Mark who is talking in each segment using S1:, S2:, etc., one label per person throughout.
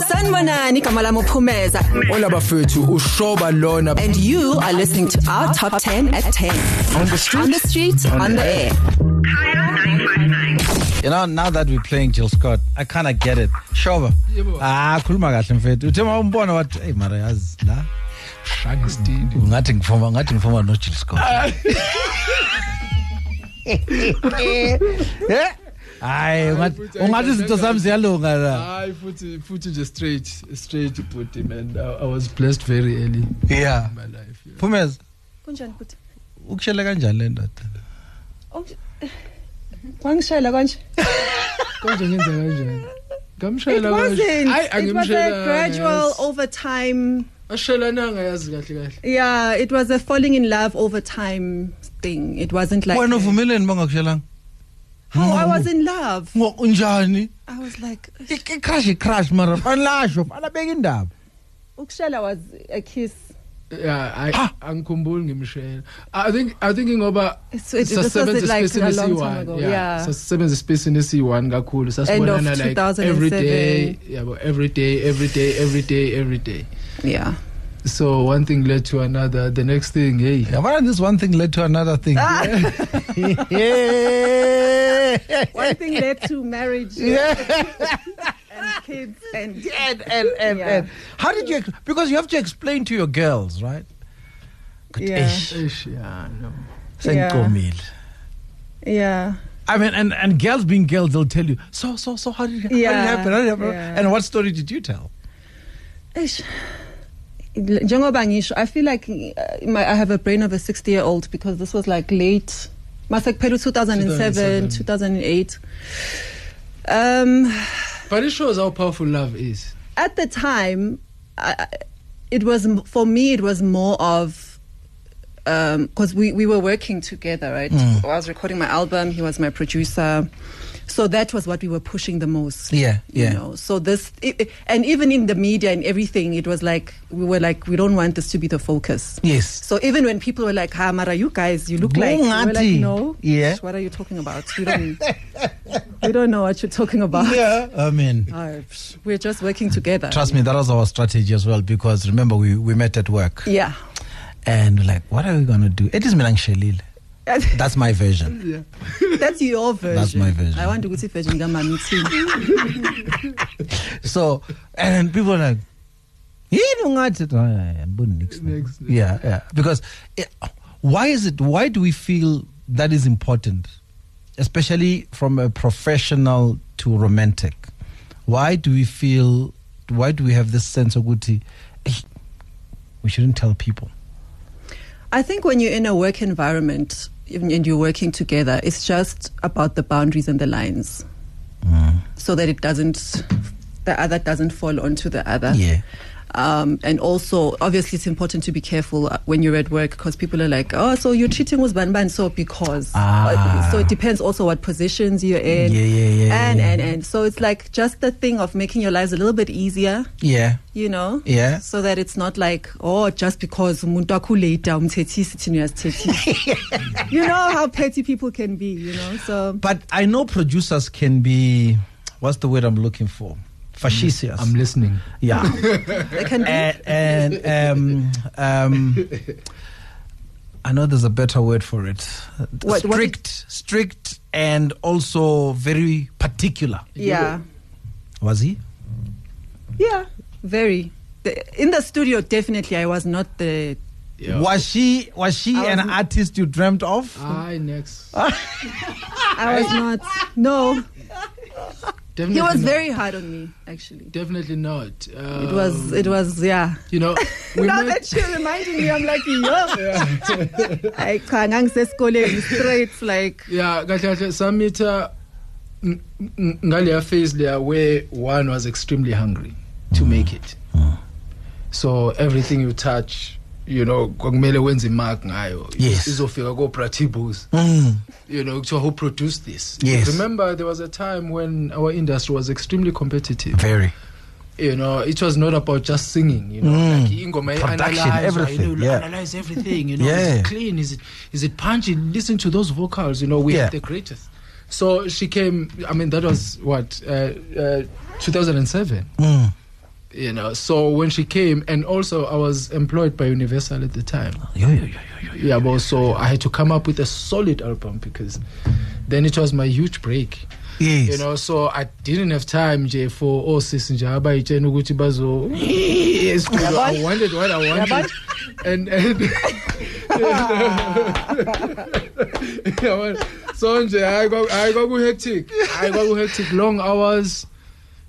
S1: Sanibonani igama lami uphumeza
S2: olabafethu ushoba lona
S1: and you are listening to our top 10 at 10
S3: On the street?
S1: on the street on, on the air. air.
S3: You know, now that we're playing Jill Scott, I kind of get it. Shoba.
S2: Yebo.
S3: Ah, khuluma kahle mfethu. Uthe mawumbona wathi, hey mara yazi la,
S2: shanga isitini
S3: ngathi ngifoma, ngathi ngifoma no Jill Scott. Eh? Hayi, ungathi ungathi izinto sami ziyalunga la.
S2: hayi futhi futhi nje straight straight body man I, i was blessed very early in
S3: Yeah.
S2: my life yeah.
S3: Phumeza,
S4: kunjani futhi
S3: ukushela kanjani le ndoda?
S4: wangishayela kanje
S2: konje ngenza kanjani
S4: it
S2: ngamshayela
S4: wasn't
S2: hayi
S4: it was a gradual
S2: angimshayela
S4: over time
S2: ashelananga yazi kahle kahle
S4: yeah it was a falling in love over time thing it wasn't like
S3: Wena uvumeleni bangakushelanga?
S4: oh i was in love
S3: Ngokunjani?
S4: i was like
S3: I crash i crash mara fanlasho, fanabeka indaba.
S4: ukushela was a kiss
S2: yeah i
S3: Ha!
S2: angikhumbuli ngimshayela i think i think ngoba
S4: It's- it- it was
S2: sasisebenza
S4: like a long
S2: espacini
S4: time
S2: esiyi-one,
S4: ago,
S2: yeah
S4: yeah.
S2: sasisebenza espacini esiyi-one kakhulu
S4: End
S2: sasibonana
S4: of
S2: like
S4: 2007.
S2: every day yabo every day every day every day every day
S4: yeah
S2: so one thing led to another the next thing hey
S3: Yabona this one thing led to another thing.
S4: Ah.
S3: Yeah.
S4: one thing led to marriage and kids and
S3: and and and,
S4: Yeah.
S3: and. how did you ex- because you have to explain to your girls right
S4: Yeah.
S3: Eish,
S2: Eish, yeah, no.
S3: sengicomile.
S4: yeah
S3: I mean, and, and girls being girls, they'll tell you, so, so, so, how did, how did
S4: Yeah,
S3: it happen? How did it happen?
S4: yeah.
S3: And what story did you tell?
S4: Eish. njengoba ngisho i feel like uh, my, i have a brain of a 60 year old because this was like late mase kuphela 2007 2008 um
S2: but it shows how powerful love is
S4: at the time I, I- it was m- for me it was more of because we, we were working together right i was recording my album he was my producer so that was what we were pushing the most
S3: Yeah,
S4: you
S3: yeah.
S4: know so this i i- and even in the media and everything it was like we were like we don't want this to be the focus
S3: Yes.
S4: so even when people were like, "Ah, Mara, you guys, you look like," we were like,
S3: Kungati.
S4: "No,
S3: Yeah.
S4: what are you talking about? We don't, we don't know what you're talking about.
S3: Yeah, I mean,
S4: Ah, psh, we're just working together."
S3: trust me, that was our strategy as well because remember, we, we met at work
S4: Yeah.
S3: and we're like, what are we going to do? It is Milang Shelil.
S4: That's
S3: That's my version.
S4: your version.
S3: That's my version.
S4: I want to go to version gamma meeting.
S3: So, and people are like, "Yini ungathi?" Oh, yeah, yeah, ngiboni next time.
S2: Next, next.
S3: yeah, yeah. Because eh, why is it? Why do we feel that is important, especially from a professional to romantic? Why do we feel? Why do we have this sense of guilty? Eh, We shouldn't tell people.
S4: I think when you're in a work environment and and you're working together, it's just about the boundaries and the lines,
S3: Mm.
S4: so that it doesn't, the other doesn't fall onto the other.
S3: Yeah.
S4: Um, and also, obviously, it's important to be careful uh, when you're at work because people are like, "Oh, so you're cheating with banban?" So because,
S3: Ah.
S4: Uh, so it depends also what positions you're in,
S3: Yeah, yeah, yeah,
S4: and
S3: yeah.
S4: and and so it's like just the thing of making your lives a little bit easier
S3: Yeah.
S4: you know
S3: Yeah.
S4: so that it's not like oh just because umuntu akhuleta umthethisi thina uyasithethisa you know how petty people can be you know so
S3: But I know producers can be. What's the word I'm looking for? Fascicious.
S2: i'm listening
S3: yeah.
S4: they can be
S3: Eh, and, and um, um, I know there's a better word for it.
S4: What- what
S3: strict, strict, and also very particular.
S4: yeah
S3: Was he?
S4: yeah very the, in the studio definitely i was not the
S3: Was she? Was she
S4: I
S3: an
S4: wasn't- Uh.
S3: artist you dreamt of?
S2: i next
S4: i was not no
S2: definitely
S4: he was
S2: not.
S4: very hard on me actually
S2: definitely not um,
S4: it was it was yeah
S2: you know we
S4: now
S2: met,
S4: that you're reminding me i'm like yo i can't ngangisesikoleni straight like
S2: yeah kahle kahle samitha ng- ng- ngaleya phase leya where one was extremely hungry to make it so everything you touch you know kwakumele wenze imark ngayo
S3: Yes.
S2: izofika kobratibus
S3: Mm.
S2: you know kuthiwa who produced this
S3: Yes.
S2: remember there was a time when our industry was extremely competitive
S3: Very.
S2: you know it was not about just singing you know
S3: Mm.
S2: like ingoma
S3: Production, everything,
S2: you know,
S3: yeah.
S2: analyze everything you know
S3: Yeah.
S2: is it clean is it is it punchy listen to those vocals you know we
S3: Yeah.
S2: have the greatest so she came i mean that was what uh, uh, 2007
S3: Mm.
S2: you know. So when she came, and also I was employed by Universal at the time.
S3: Yo, yo, yo, yo, yo, yo.
S2: Yeah, but so I had to come up with a solid album because then it was my huge break.
S3: Yes.
S2: You know, so I didn't have time, Jay, for oh sis nje abayitshena ukuthi bazo yes, I wanted what I wanted. And and Yabona? so nje hayi kwaku- hayi kwaku hectic. Hayi kwaku hectic long hours.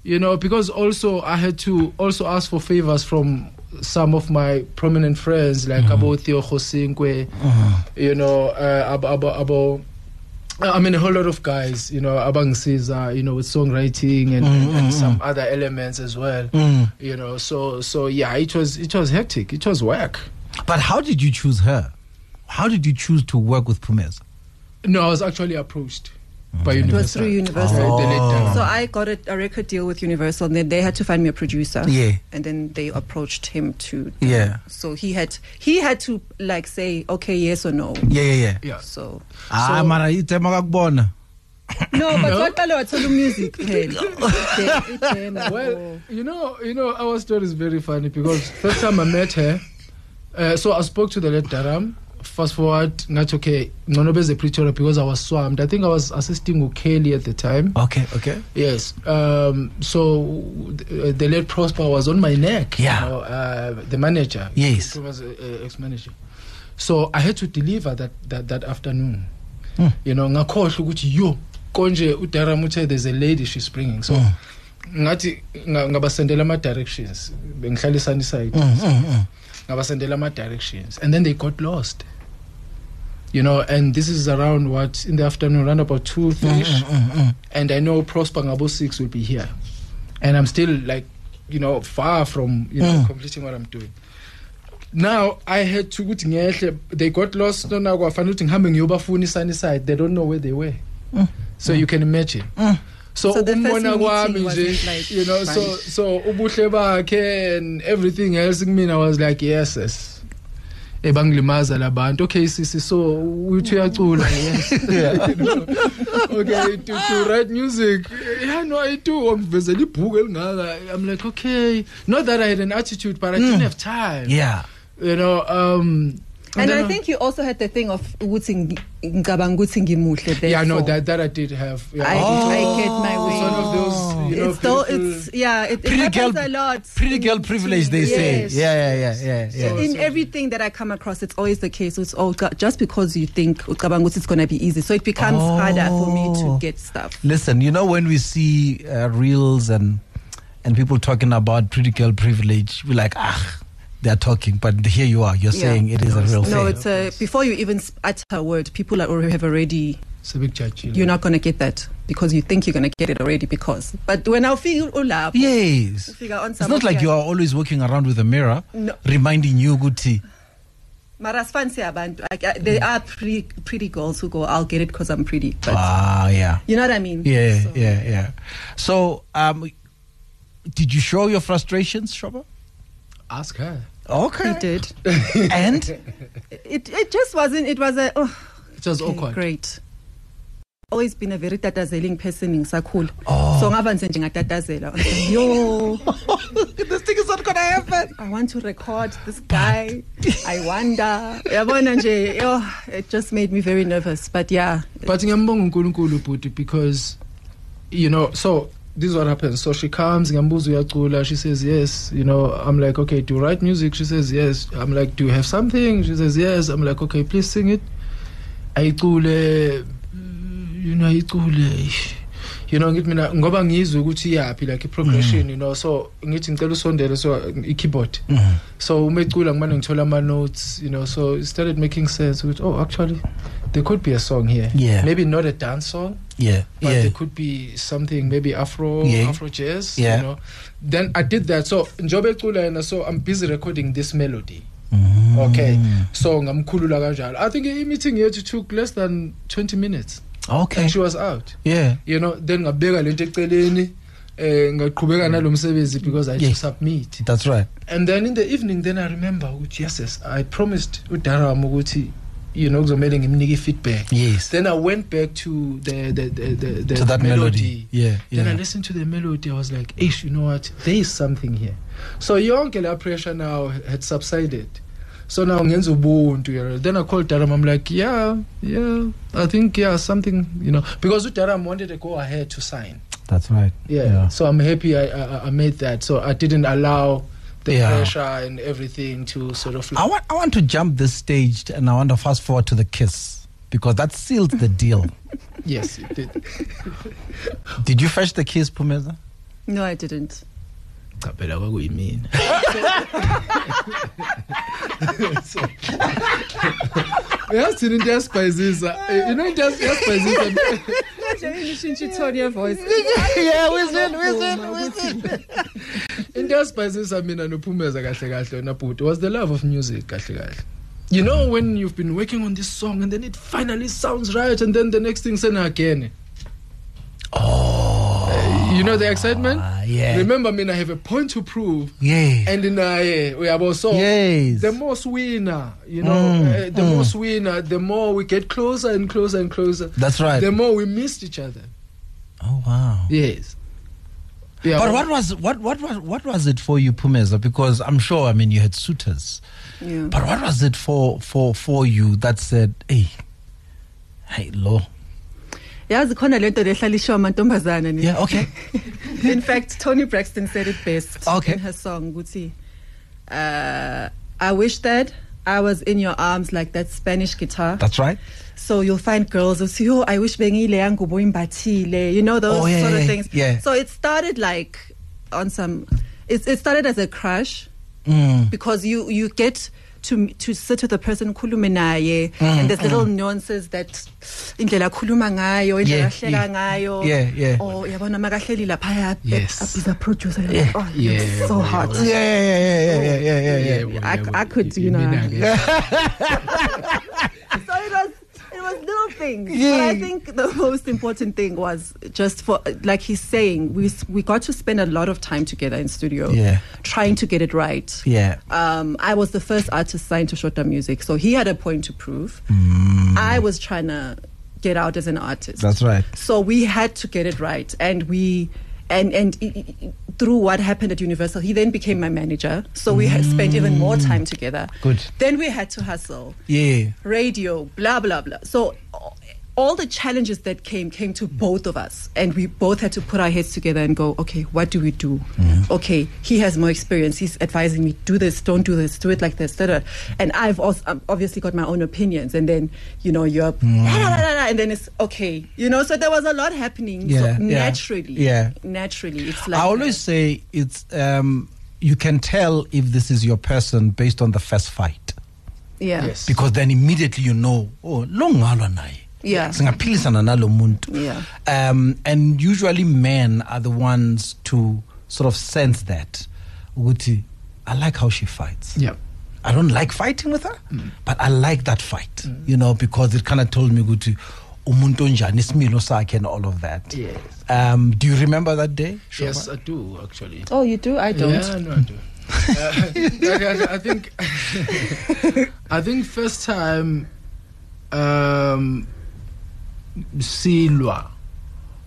S2: You know, because also I had to also ask for favors from some of my prominent friends like Abo Theo Josinkwe,
S3: Mm.
S2: you know, uh, Abo Abo, Abo I mean, a whole lot of guys, you know, Abang Caesar, you know, with songwriting and, and some other elements as well,
S3: Mm.
S2: you know. So, so yeah, it was it was hectic. It was whack.
S3: But how did you choose her? How did you choose to work with Pumez?
S2: No, I was actually approached by
S4: Mm-hmm. It
S2: Universal.
S4: was through Universal.
S2: Uh, the late Dan.
S4: So I got a, a record deal with Universal, and then they had to find me a producer.
S3: Yeah.
S4: And then they approached him to.
S3: Yeah.
S4: So he had he had to like say okay yes or no.
S3: Yeah, yeah, yeah.
S2: yeah.
S4: So
S3: Ah, mara ithemba kakubona.
S4: no, but what I was the music. phela. It- it- it-
S2: Well, you know, you know, our story is very funny because first time I met her, uh, so I spoke to the late Daram. Fast forward, not okay. No, no, Pretoria because I was swamped. I think I was assisting Kelly at the time.
S3: Okay, okay.
S2: Yes. Um, so uh, the late Prosper was on my neck.
S3: Yeah.
S2: You know, uh, the manager.
S3: Yes.
S2: He was uh, ex-manager. So I had to deliver that that, that afternoon.
S3: Hmm.
S2: You know, ngakhohlwa ukuthi yo konje uDaram uthe there's a lady she's bringing.
S3: Mm.
S2: So
S3: Hmm.
S2: ngathi nga- ngabasendela ama-directions bengihlalisanisayo
S3: Mm, mm, mm.
S2: ngabasendela ama-directions and then they got lost you know and this is around what in the afternoon around about
S3: Hmm,
S2: two three
S4: Mm,
S2: and i know prosper ngabo six will be here and i'm still like you know far from you know
S3: Mm.
S2: completing what i'm doing now i had to ukuthi ngehle they got lost nona kwafanele ukuthi ngihambe ngiyobafuna i-sunnyside they don't know where they were so you can imagine
S4: mm.
S2: so
S4: So the first
S2: umbona
S4: meeting
S2: kwami
S4: wasn't,
S2: nje
S4: like,
S2: you know so
S4: fun.
S2: so ubuhle bakhe and everything else kumina was like yes yes ebangilimaza labantu okay sisi so uthi uyacula yes okay to, to write music yeah no i do wangivezela ibhuku elingaka i'm like okay not that i had an attitude but i
S4: Mm.
S2: didn't have time
S3: Yeah.
S2: you know um
S4: and
S2: then
S4: I think you also had the thing of ukuthi ngicabanga ukuthi ngimuhle.
S2: yeah no
S4: therefore
S2: that that i did have yeah, Oh.
S4: I,
S2: it was-
S4: I get my
S3: Oh.
S4: way.
S2: it's one of those you know Mm.
S4: it's though
S2: beautiful-
S4: it's yeah it, it
S3: Pretty girl-
S4: happens a lot
S3: Pretty girl
S4: in-
S3: privilege, they
S4: yes.
S3: say. Yeah, yeah, yeah, yeah, yeah.
S2: So-
S4: in everything that I come across, it's always the case. It's all got- just because you think Ukabangus is going to be easy, so it becomes
S3: Oh.
S4: harder for me to get stuff.
S3: Listen, you know when we see uh, reels and and people talking about pretty girl privilege, we're like, ah, they're talking, but here you are, you're
S4: Yeah.
S3: saying it is a real
S4: No,
S3: thing.
S4: it's a, before you even sp- utter a word, people are, already- have already.
S3: Mm-hmm.
S2: civic church
S4: You're not going to get that because you think you're going to get it already. Because, but when I feel ulap,
S3: Yes.
S4: figure on
S3: It's not like you are always walking around with a mirror
S4: No.
S3: reminding you, Guti.
S4: Maras fancy abantu. Like, uh,
S3: Mm.
S4: there are pretty, pretty girls who go, "I'll get it because I'm pretty." But
S3: Ah, yeah.
S4: you know what I mean?
S3: Yeah,
S4: So-
S3: yeah, yeah. So, um, did you show your frustrations, Shoba?
S2: ask her
S3: Okay.
S4: He did.
S3: And?
S4: It it just wasn't. It was a. Oh,
S2: it was
S4: okay,
S2: awkward
S4: Great. Always been a very tatazeling person ngisakhula.
S3: Oh.
S4: So ngaba nje ngingatatazela. Yo,
S3: this thing is not going to happen.
S4: I want to record this guy. I wonder. Yabona nje, yo, it just made me very nervous. But yeah.
S2: but ngiyambonga uNkulunkulu bhuti because you know so this is what happens so she comes ngiyambuza uyacula she says yes you know i'm like okay do you write music she says yes i'm like do you have something she says yes i'm like okay please sing it ayicule mm, you know ayicule eish. you know ngithi mina ngoba ngizwe ukuthi iyaphi like i-progression you know so ngithi ngicela usondele so i-keyboard so uma ecula ngimane ngithola ama-notes you know so it started making sense ukuthi oh actually there could be a song here
S3: Yeah.
S2: maybe not a dance song
S3: Yeah,
S2: but
S3: yeah.
S2: there could be something maybe afro
S3: Yeah.
S2: afro jazz
S3: Yeah.
S2: you know then i did that so njobe ecula yena so i'm busy recording this melody
S3: Mm.
S2: okay so ngamkhulula kanjalo i think i-meeting yethu took less than 20 minutes
S3: Okay.
S2: and she was out
S3: Yeah.
S2: you know then ngabeka lento eceleni um ngaqhubeka nalo msebenzi because i had
S3: Yeah.
S2: to submit
S3: That's right.
S2: and then in the evening then i remember ukuthi yes yes i promised udaram ukuthi you know kuzomele ngimnike i-feedback
S3: Yes.
S2: then i went back to the the the, the, the
S3: To that melody. Yeah,
S2: then i
S3: yeah.
S2: listened to the melody i was like ish you know what there is something here so yonke la pressure now had subsided so now ngenza ubuntu yaro. then i called daram i'm like yeah yeah i think yeah something you know because daram wanted to go ahead to sign
S3: That's right.
S2: yeah. So I'm happy I, I I made that. So I didn't allow the
S3: Yeah.
S2: pressure and everything to sort of.
S3: I want I want to jump this stage and I want to fast forward to the kiss because that sealed the deal.
S2: yes, it did.
S3: Did you fetch the kiss, Pumeza?
S4: No, I didn't.
S2: Capella, what we mean? Yes, you need just spices. uh, You know, just just spices.
S3: yeah, we said, we said, we
S2: Interspices, I mean, anophumeza kahle kahle wena bhuti was the love of music kahle kahle. You know when you've been working on this song and then it finally sounds right and then the next thing sena again. Oh. you know the excitement?
S3: yeah.
S2: Remember I mean I have a point to prove
S3: Eh. Yeah.
S2: and in uh, we are also
S3: Yes.
S2: the most winner, you know,
S3: Mm,
S2: uh, the
S3: mm.
S2: most winner, the more we get closer and closer and closer.
S3: That's right.
S2: The more we missed each other.
S3: oh wow.
S2: Yes. Yeah.
S3: But what was what what was what was it for you, Pumeza? Because I'm sure I mean you had suitors.
S4: Yeah.
S3: But what was it for for for you that said, hey, hey, lo,
S4: yazi khona lento lehlalishiwa amantombazane ne
S3: yeah, okay,
S4: in fact tony braxton said it best
S3: Okay.
S4: in her song guti uh, i wish that i was in your arms like that spanish guitar
S3: that's right.
S4: so you'll find girls who say oh i wish bengileya ngubo imbathile you know those
S3: Oh, yeah,
S4: sort
S3: yeah,
S4: of things
S3: yeah.
S4: so it started like on some it, it started as a crush
S3: Mm.
S4: because you you get to to sit with a person khulume naye
S3: Mm,
S4: and there's little nuances that indlela akhuluma ngayo indlela
S3: Yeah,
S4: ahlela
S3: yeah.
S4: ngayo
S3: Yeah, yeah.
S4: or yabona makahleli lapha
S2: Yes.
S4: abhiza a producer you're like, oh you're
S2: Yeah,
S4: so
S2: yeah,
S4: hot
S3: Yeah, yeah, yeah, yeah, yeah, yeah, yeah. yeah.
S4: I- I could, you know. so it was it was little things but i
S3: Yeah.
S4: think the most important thing was just for like he's saying we s- we got to spend a lot of time together in studio
S3: Yeah.
S4: trying to get it right
S3: Yeah.
S4: um, I was the first artist signed to Shota Music, so he had a point to prove. I was trying to get out as an artist.
S3: Mm. That's right.
S4: So we had to get it right, and we, and and i- i- i- through what happened at Universal, he then became my manager. So we had spent even more time together.
S3: Mm. Good.
S4: Then we had to hustle
S3: Yeah.
S4: radio, blah, blah, blah. So all the challenges that came came to both of us, and we both had to put our heads together and go, okay, what do we do? Okay, he has more experience. He's advising me, do this, don't do this, do it like this, da, da. and I've also, um, obviously got my own opinions. And then you know you're,
S3: Mm.
S4: "La, la, la, la, la," and then it's okay, you know. So there was a lot happening so
S3: Yeah, yeah,
S4: naturally.
S3: yeah.
S4: naturally, it's like
S3: I always say it's um, you can tell if this is your person based on the first fight
S4: yeah,
S2: Yes.
S3: because then immediately you know oh lo ngalwa naye
S4: Yeah.
S3: singaphilisana nalo muntu
S4: Yeah.
S3: um and usually men are the ones to sort of sense that ukuthi I like how she fights
S2: Yeah.
S3: I don't like fighting with her,
S2: Mm.
S3: but I like that fight, you know, because it kind of told me ukuthi umuntu onjani isimilo sakhe and all of that.
S2: Yes.
S3: Um, do you remember that day?
S2: Yes,
S3: Shoba?
S2: I do actually.
S4: Oh, you do? I don't.
S2: Yeah, no, I do. Uh, I- I, I think I think first time um, Silwa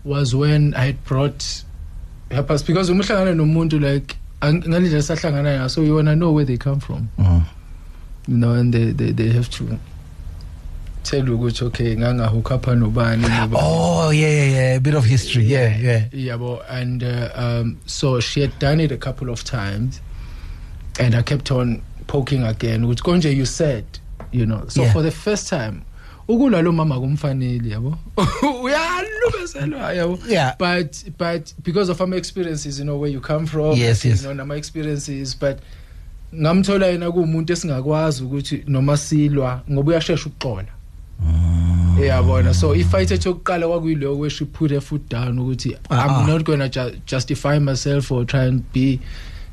S2: was when I had brought her past because umuhlangana nomuntu like ang- ngalindlela sahlangana ngayo so you wanna know where they come from
S3: Mm.
S2: you know and they, they, they have to tell you ukuthi okay ngangahukapha nobani nobani
S3: Oh yeah, yeah, yeah, a bit of history. Yeah, yeah.
S2: Yeah, well, and uh, um, so she had done it a couple of times, and I kept on poking again. Which Gonja, you said, you know, so
S3: Yeah.
S2: for the first time, ukulwa lo mama kumfanele yabo uyalubeselwa yabo
S3: Yeah.
S2: but but because of my experiences you know where you come from
S3: Yes,
S2: you
S3: yes.
S2: know nama experiences but ngamthola yena kuwumuntu esingakwazi ukuthi noma silwa ngoba uyashesha ukuxola
S3: Ah.
S2: yabona so ifight ethu yokuqala kwakuyileyo where she put her foot down ukuthi
S3: Ah, ah.
S2: i'm not going to ju justify myself or try and be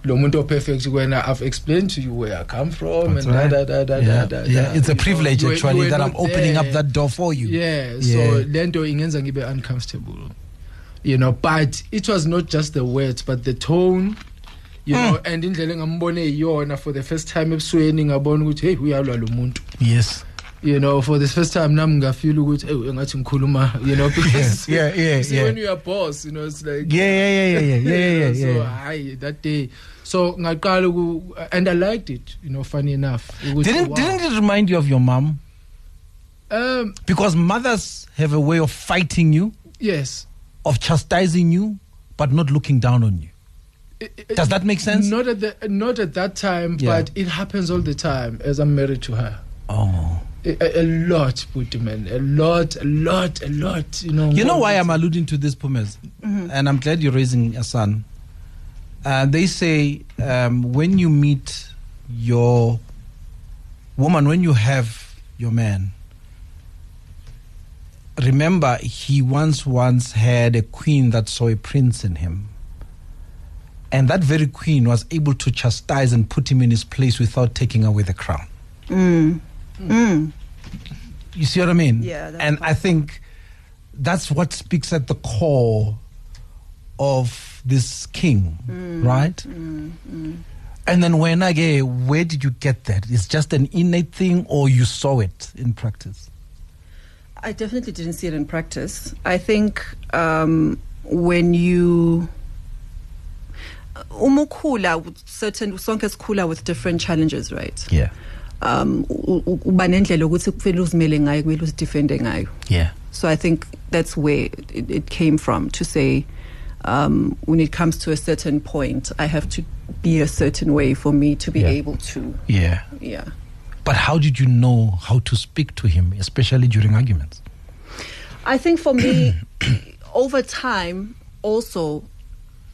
S2: lo muntu operfect kuwena i've explained to you where i come from
S3: That's
S2: and
S3: right.
S2: da, da, da,
S3: yeah,
S2: da, da,
S3: yeah.
S2: da.
S3: It's a
S2: You know,
S3: privilege
S2: you were- you
S3: actually
S2: were
S3: that I'm
S2: not
S3: opening up
S2: there.
S3: that door for you.
S2: yeah,
S3: Yeah.
S2: so lento ingenza ngibe uncomfortable you know but it was not just the words but the tone you
S3: Hmm.
S2: know and indlela engambone iyona for the first time ebusweni ngabona ukuthi hey uyalwa lo muntu
S3: Yes.
S2: you know for this first time nami ngafeel ukuthi ewu engathi ngikhuluma you know because
S3: Yeah, yeah,
S2: you see,
S3: yeah.
S2: when you are boss you know it's like
S3: Yeah, yeah, yeah, yeah, yeah, yeah, yeah,
S2: so
S3: yeah.
S2: hayi that day so ngaqala uku- and i liked it you know funny enough ukuthi,
S3: Didn't
S2: uh, wow.
S3: didn't it remind you of your mom?
S2: um
S3: Because mothers have a way of fighting you,
S2: yes
S3: of chastising you, but not looking down on you. Does that make sense?
S2: Not at the not at that time,
S3: Yeah.
S2: but it happens all the time as I'm married to her.
S3: Oh.
S2: A, a- a lot, Puti man, a lot, a lot, a lot. You know.
S3: You know why I'm alluding to this, Pumes? And I'm glad you're raising a son. Uh, they say um, when you meet your woman, when you have your man, remember he once once had a queen that saw a prince in him. And that very queen was able to chastise and put him in his place without taking away the crown.
S4: Mm. Mm.
S3: You see what I mean?
S4: Yeah, that's
S3: And I
S4: powerful.
S3: think that's what speaks at the core of this king,
S4: Mm,
S3: right? And then when again, where did you get that? It's just an innate thing, or you saw it in practice?
S4: I definitely didn't see it in practice. I think um, when you umukula with certain sonke sikhula with different challenges, right?
S3: Yeah,
S4: Um u- u- uba nendlela ukuthi kufanele uzimele ngayo kumele uzidefende ngayo.
S3: yeah,
S4: So I think that's where it, it came from to say um, when it comes to a certain point, I have to be a certain way for me to be
S3: Yeah.
S4: able to,
S3: yeah.
S4: yeah.
S3: But how did you know how to speak to him, especially during arguments?
S4: I think for me, over time, also,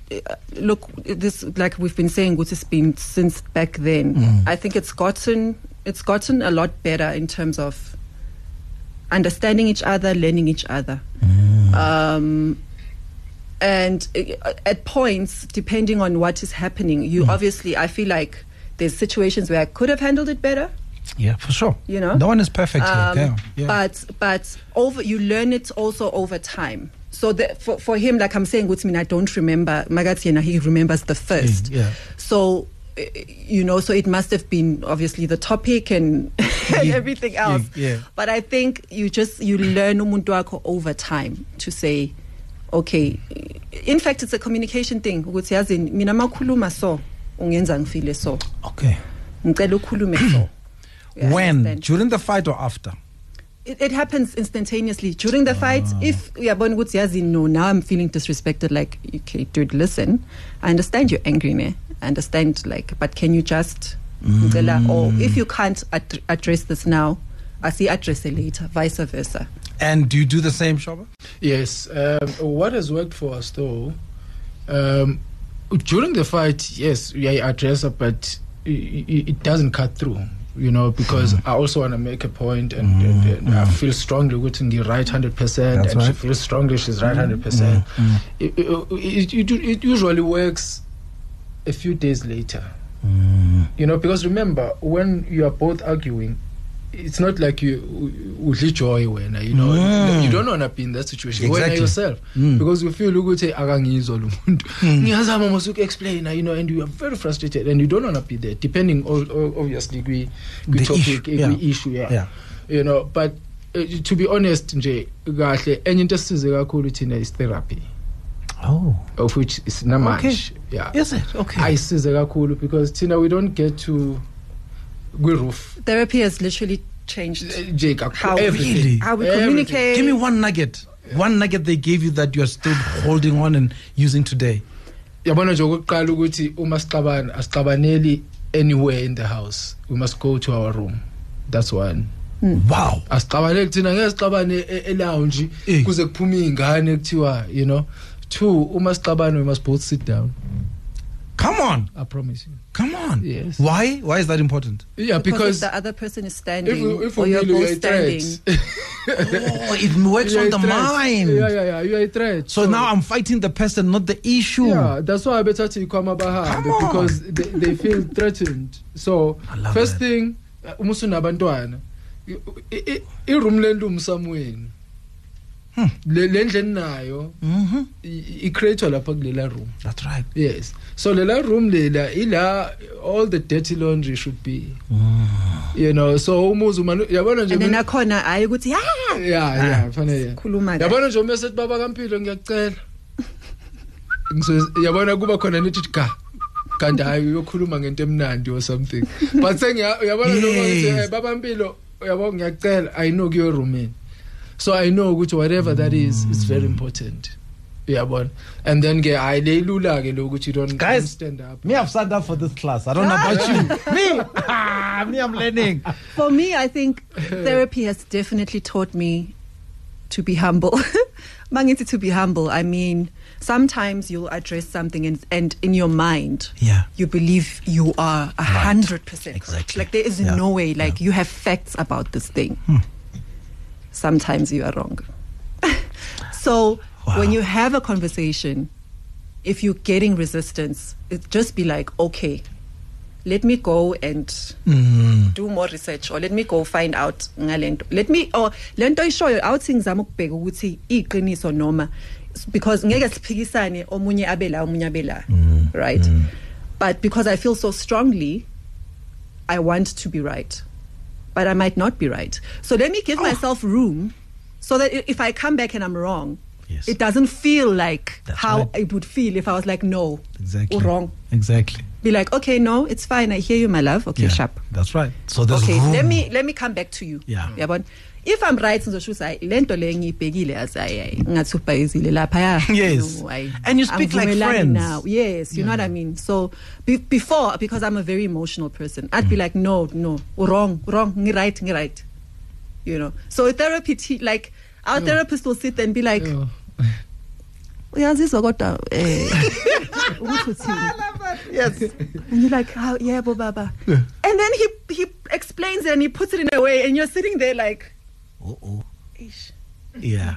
S4: eh, look, this like we've been saying, what has been since back then. I think it's gotten it's gotten a lot better in terms of understanding each other, learning each other. Um, and eh, at points, depending on what is happening, you obviously, I feel like there's situations where I could have handled it better
S3: Yeah, for sure.
S4: You know?
S3: no one is perfect
S4: um,
S3: here. Yeah, yeah.
S4: But but over you learn it also over time. So the, for for him, like I'm saying, with me, I don't remember. Magatina, he remembers the first.
S3: yeah.
S4: So eh, eh, you know, so it must have been obviously the topic and, and
S3: Yeah,
S4: everything
S3: yeah,
S4: else.
S3: yeah.
S4: But I think you just you learn umuntu wakho over time to say. Okay, in fact, it's a communication thing. ukuthi yazi mina makhuluma so ungenza ngifile so
S3: okay.
S4: ngicela ukhulume so. Yeah,
S3: when
S4: understand
S3: during the fight or after?
S4: it, it happens instantaneously during the fight.
S3: Ah.
S4: If we are born with yazi, no, now I'm feeling disrespected. Like, okay, dude, listen, I understand you're angry, ne? I understand, like, but can you just, ngicela,
S3: Mm.
S4: or if you can't ad- address this now, I see address it later, vice versa.
S3: And do you do the same, Shoba?
S2: Yes. Um, what has worked for us though, um, during the fight, yes, we address it, but i- i- it doesn't cut through. You know, because
S3: Mm.
S2: I also want to make a point, and, and- and I feel strongly with the right hundred percent,
S3: That's
S2: and she
S3: right. Mm.
S2: feels strongly she's right hundred percent. It, it, it, it usually works a few days later.
S3: Mm.
S2: You know, because remember, when you are both arguing, it's not like you udla joy wena you know
S3: Mm.
S2: you don't want to be in that situation wena
S3: Exactly.
S2: yourself
S3: Mm.
S2: because you feel ukuthi akangizwa lo muntu
S3: Hmm.
S2: ngiyazama mos uku-explaina you know and you are very frustrated and you don't want to be there depending o- o- obviously kwi-
S3: The
S2: kwi-topic
S3: issue, yeah.
S2: kwi-issue yeah.
S3: Yeah.
S2: you know but uh, to be honest nje kahle enye into esisize kakhulu thina is therapy
S3: Oh,
S2: of which is namanje yeah
S3: is it okay?
S2: ayisize kakhulu because thina we don't get to kwi-roof
S4: Therapy has literally changed
S2: nje kakhu-
S4: how
S2: Eh, everything.
S3: Really?
S4: we, how we
S2: Everything.
S4: communicate.
S3: Give me one nugget. One nugget they gave you that you are still holding on and using today.
S2: yabona nje okokuqala ukuthi uma sixabana asixabaneli anywhere in the house we must go to our room that's one
S3: Wow.
S2: asixabaneli thina ngeke sixabane e- elounge
S3: Eh.
S2: kuze kuphume iy'ngane kuthiwa you know two uma sixabane we must both sit down
S3: Come on.
S2: i promise you
S3: Come on.
S2: Yes.
S3: Why? Why is that important?
S2: yeah
S4: because
S2: because
S4: if the other person is
S2: if,
S4: standing,
S2: we- if
S4: or
S2: we
S4: you're
S2: really
S4: both
S2: are a
S4: standing,
S2: threat
S3: Oh, it works
S2: You are
S3: on
S2: a
S3: the
S2: threat.
S3: mind.
S2: yeah yeah yeah you are a threat
S3: So now I'm fighting the person, not the issue.
S2: Yeah, that's why I better to Ikwama Bahad
S3: Hmm. Come on.
S2: because they, they feel threatened. So,
S3: I love
S2: first
S3: that.
S2: thing, umusu nabantwana, iroom lendlu umsamweni. Le lendle nayo
S3: hmm
S2: i create lapha kulela room.
S3: Mm-hmm. That's right.
S2: Yes. so lela room lela ila all the dirty laundry should be
S3: Mm.
S2: you know so umuzi manje yabona nje
S4: and then
S2: mina-
S4: akhona hayi ukuthi "Ah,
S2: yeah yeah fanele
S4: Sikhuluma kahle.
S2: yabona nje umese baba kampilo ngiyacela Ngizo- yabona kuba khona nithi ga kanti hayi uyokhuluma ngento emnandi or something but sengiya- yabona noma ngithi
S3: Yes.
S2: "Eh, baba mpilo yabo ngiyacela i know kuyo room yini so i know ukuthi whatever that is it's very
S3: Mm.
S2: important uyabona and then ke hayi leyilula ke lokuthi you don't
S3: Guys,
S2: don't stand up
S3: Me, I've signed up for this class. I don't know about you. me, ah, me, I'm learning.
S4: For me, I think therapy has definitely taught me to be humble. Mangiti to be humble. I mean, sometimes you'll address something and, and in your mind,
S3: Yeah.
S4: you believe you are a hundred percent correct.
S3: Exactly.
S4: Like there is
S3: Yeah. Hmm.
S4: no way. Like you have facts about this thing. Sometimes you are wrong. so
S3: Wow.
S4: when you have a conversation, if you're getting resistance, it just be like, okay, let me go and
S3: Mm.
S4: do more research or let me go find out ngalento let me or lento ishoyo awuthi ngizama ukubheka ukuthi iqiniso noma because ngeke siphikisane omunye abe la omunye abe la
S3: Mm,
S4: right but because i feel so strongly i want to be right but i might not be right so let me give
S3: Oh.
S4: myself room so that i- if i come back and i'm wrong
S3: Yes.
S4: it doesn't feel like
S3: That's
S4: how
S3: right.
S4: it would feel if i was like no
S3: Exactly.
S4: you're wrong
S3: Exactly.
S4: be like okay no it's fine i hear you my love okay
S3: Yeah,
S4: sharp
S3: That's right. So there's
S4: okay
S3: room.
S4: let me let me come back to you
S3: Yeah.
S4: yabona if i'm right ngizosho ukuthi hayi le nto le ngiyibhekile yazi hayi hayi ngathi ubhayizile laphaya
S3: Yes.
S4: No, hayi.
S3: And you speak like
S4: Angivumelani
S3: friends.
S4: now yes you know what i mean so be, before because i'm a very emotional person i'd be
S3: Mm.
S4: like no no wrong wrong ngi right ngi right you know so therapy te- like
S3: Mm.
S4: our therapist will sit there and be like
S2: Yeah.
S4: uyazizwa kodwa eh ukuthi uthini
S3: Yes.
S4: And you're like, oh, yeah, bo baba. And then he he explains it and he puts it in a way, and you're sitting there like,
S3: Uh-oh.
S4: "Eish,
S3: Yeah.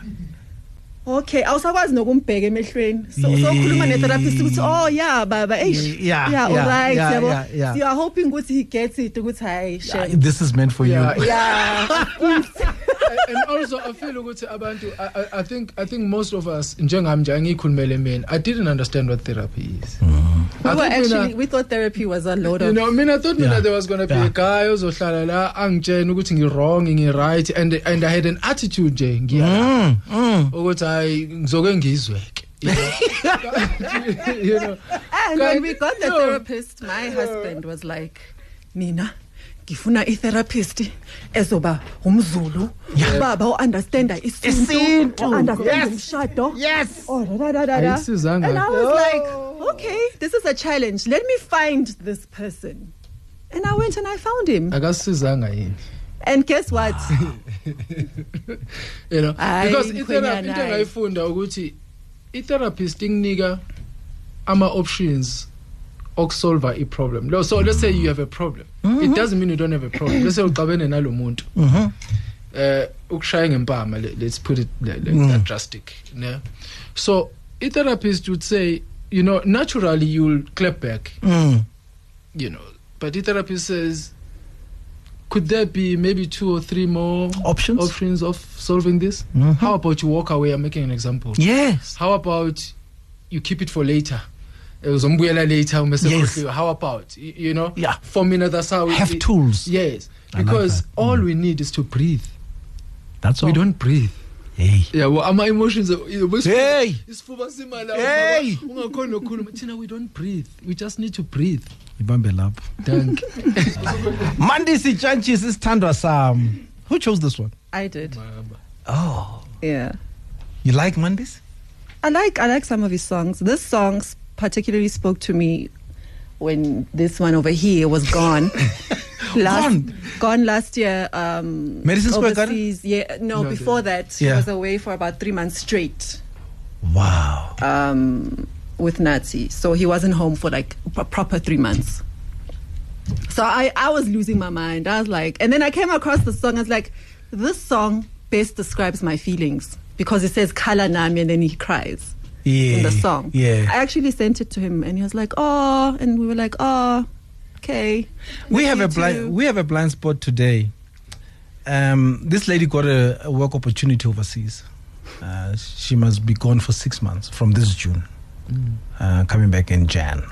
S4: okay, awusakwazi nokumbheka emehlweni. So so ukhuluma netherapist ukuthi oh yeah baba, eish.
S3: Yeah, yeah,
S4: all right.
S3: yeah,
S4: yabo."
S3: yeah, yeah.
S4: So you are hoping ukuthi he gets it ukuthi hayi shame.
S3: This is meant for
S2: Yeah.
S3: you.
S4: Yeah.
S2: A- and also I feel ukuthi abantu I, I, I think I think most of us njengami nje angikhulumele mina I didn't understand what therapy is.
S3: Mm.
S2: I
S4: we were
S2: think mina-
S4: actually we thought therapy was a load
S2: you
S4: of
S2: know mina I thought
S3: Yeah.
S2: mina there was going to be
S3: Yeah.
S2: a guy ozohlala la angitshena ukuthi ngi wrong ngi right and and I had an attitude nje ngiya
S3: Mm, mm.
S2: ukuthi hayi ngizoke ngizweke. You know? you know
S4: And when we
S2: Kanti-
S4: got the
S2: no.
S4: therapist, my husband was like, Mina, ngifuna i-therapist ezoba umZulu baba u-understanda
S3: Isintu.
S4: isintu
S3: Yes.
S4: understand umshado
S3: Yes. Oh.
S4: oh, da, da, da, da, da.
S2: Ayisizanga.
S4: and I was like okay this is a challenge let me find this person and I went and I found
S3: Uh.
S4: him
S2: akasizanga yini.
S4: and guess what
S2: you know
S4: Hayi,
S2: because i-therapy
S4: mkhwenyana,
S2: into
S4: hayi.
S2: engayifunda ukuthi i-therapist ikunika ama-options okusolva i-problem Lo- so let's say you have a problem it doesn't mean you don't have a problem let's say uxabene nalo muntu
S3: mm-hmm,
S2: eh ukushaya ngempama le- let's put it le- le- that drastic ne so i-therapist would say you know naturally you'll clap back
S3: Mm.
S2: you know but i-therapist says could there be maybe two or three more
S3: Options? Uh-huh.
S2: options of solving this how about you walk away i'm making an example
S3: Yes.
S2: how about you keep it for later uzombuyela later uma sekhohliwe how about y- you know
S3: Yeah.
S2: for mina that's how it-
S3: Have
S2: it-
S3: tools.
S2: yes
S3: I like
S2: because
S3: that. Mm.
S2: all we need is to breathe
S3: That's all.
S2: we don't breathe
S3: Hey.
S2: yeah well ama emotions
S3: Hey.
S2: isifuba simala
S3: Hey.
S2: ungakhona nokhuluma thina we don't breathe we just need to breathe
S3: Ibambe lapho.
S2: thank
S3: Monday Sichanchi isithandwa sam. Who chose this one?
S4: I did
S3: Oh.
S4: yeah
S3: You like Mondays?
S4: I like I like some of his songs. This song s- particularly spoke to me when this one over here was gone.
S3: Gone?
S4: gone last year. Um,
S3: Madison Square Garden?
S4: overseas. Yeah, no,
S2: No,
S4: before
S2: the-
S4: that
S3: Yeah.
S4: he was away for about three months straight
S3: Wow.
S4: um, with Nazi, so he wasn't home for like a proper three months. So I I was losing my mind. I was like, and then I came across the song. I was like, this song best describes my feelings because it says "Kala Nami" and then he cries
S3: Yeah.
S4: in the song.
S3: Yeah.
S4: I actually sent it to him and he was like, Oh and we were like, Oh, okay.
S3: we
S4: Love
S3: have
S4: you
S3: a blind
S4: too."
S3: we have a blind spot today. Um, this lady got a, a work opportunity overseas.
S4: Mm.
S3: Uh, she must be gone for six months from this June, uh, coming back in Jan.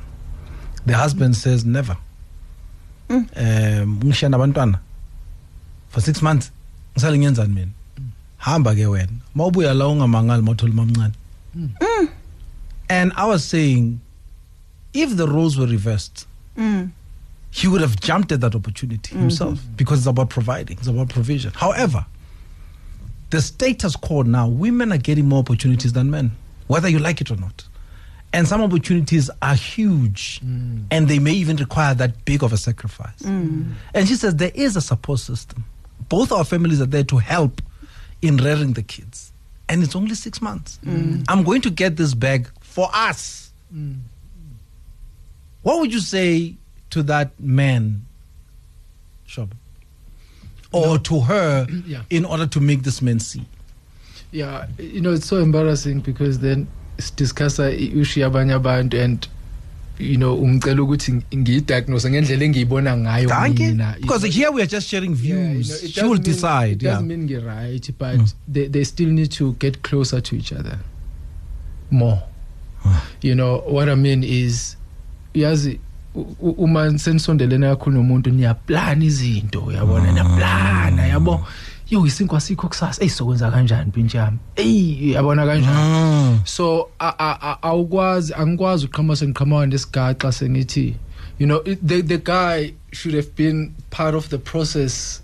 S3: The husband says never.
S4: Mm.
S3: Um ngishiya nabantwana for 6 months. Ngisale ngiyenzani mina?
S4: Mm.
S3: Hamba ke wena. Mawubuya la ungamangali mawuthola mamncane.
S4: Mm.
S3: And I was saying if the roles were reversed
S4: Mm.
S3: he would have jumped at that opportunity himself because it's about providing, it's about provision. However, the status quo now, women are getting more opportunities than men, whether you like it or not. And some opportunities are huge and they may even require that big of a sacrifice. And she says there is a support system. Both our families are there to help in rearing the kids. And it's only six months. I'm going to get this bag for us what would you say to that man Shob? or to her
S2: Yeah.
S3: in order to make this man see
S2: Yeah, you know, it's so embarrassing because then sidiscussa iushi yabanye abantu and you know ungicela ukuthi ngiyidiagnose ngendlela engiyibona ngayo
S3: Thank you.
S2: mina. You
S3: because
S2: know,
S3: here we are just sharing
S2: yeah, you know,
S3: views
S2: it
S3: she will
S2: doesn't mean-
S3: decide
S2: It
S3: yeah Mm.
S2: doesn't mean you're right, but they, they still need to get closer to each other more. you know, what I mean is, yazi, u- u- uma senisondelene kakhulu nomuntu niyaplana izinto uyabona
S3: Ah.
S2: niyaplana yabo yo isinkwa sikho kusasa eyi sokwenza kanjani bintshami eyi uyabona kanjani
S3: Mm.
S2: so a- a- a- awukwazi angikwazi uqhama sengiqhamayo nesigaxa sengithi you know it, the, the guy should have been part of the process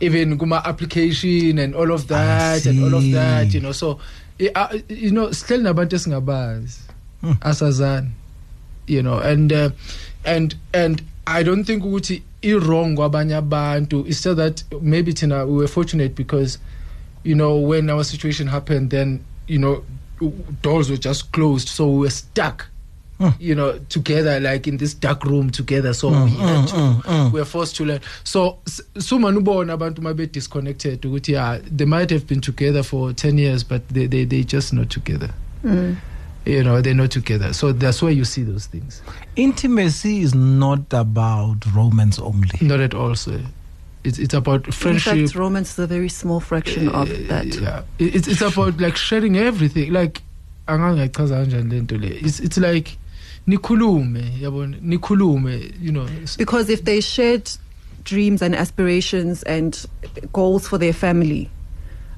S2: even kuma application and all of that and all of
S3: see.
S2: that you know so i- a- you know sihleli nabantu esingabazi asazani you know and uh, and and i don't think ukuthi i-wrong kwabanye abantu is so that maybe thina we were fortunate because you know when our situation happened then you know doors were just closed so we were stuck you know together like in this dark room together so
S3: ah,
S2: we had to we were forced to learn so s- suma nubona abantu mabe disconnected ukuthi yeah they might have been together for 10 years but they they they just not together you know they're not together so that's why you see those things
S3: intimacy is not about romance only
S2: not at all sir it's it's about
S4: In
S2: friendship Eh,
S4: fact, romance is a very small fraction of that.
S2: yeah It- it's it's about like sharing everything like angangayichaza kanjani lento le it's it's like nikhulume yabona nikhulume you know s-
S4: Because if they shared dreams and aspirations and goals for their family,